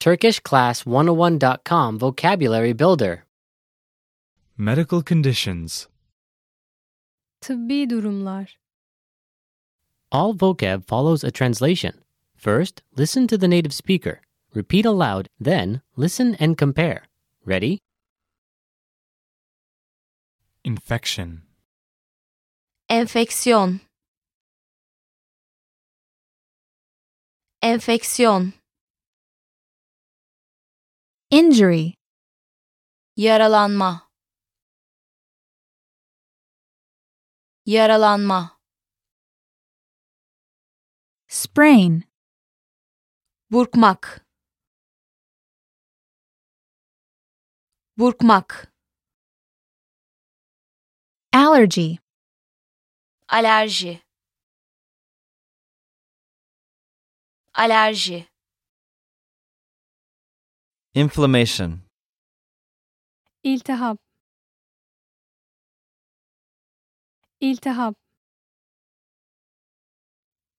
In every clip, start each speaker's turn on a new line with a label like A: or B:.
A: TurkishClass101.com Vocabulary Builder.
B: Medical conditions.
C: Tıbbi durumlar.
A: All vocab follows a translation. First, listen to the native speaker. Repeat aloud, then, listen and compare. Ready?
B: Infection.
D: Enfeksiyon. Enfeksiyon.
C: Injury.
D: Yaralanma. Yaralanma.
C: Sprain.
D: Burkmak. Burkmak.
C: Allergy.
D: Alerji. Alerji.
E: Inflammation.
C: İltihap. İltihap.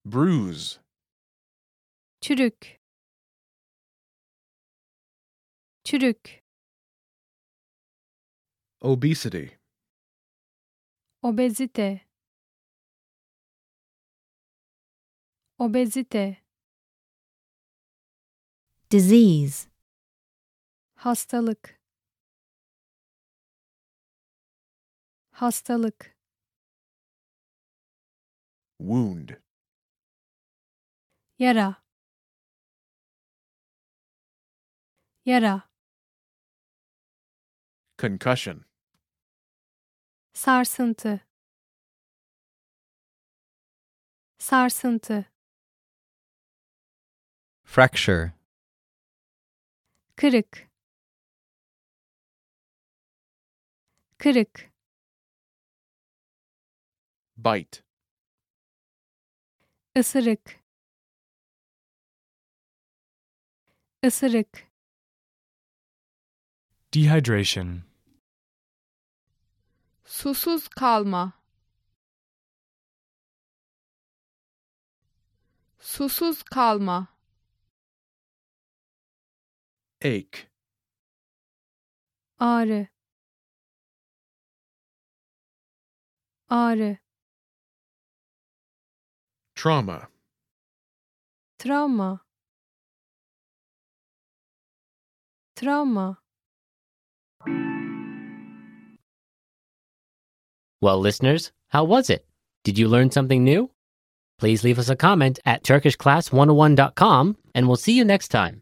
F: bruise,
C: Çürük. Çürük.
F: obesity,
C: Obezite. Obezite.
D: Disease.
C: Hastalık. Hastalık.
F: wound,
C: Yara. Yara.
F: concussion,
C: Sarsıntı. Sarsıntı.
E: Fracture.
C: Kırık. Kırık.
F: bite,
C: Isırık. Isırık.
B: Dehydration.
G: Susuz kalma. Susuz kalma.
F: ache,
C: Ağrı. Ağrı.
F: trauma,
C: Travma. Travma.
A: Well, listeners, how was it? Did you learn something oh new? Please leave us a comment at TurkishClass101.com and we'll see you next time.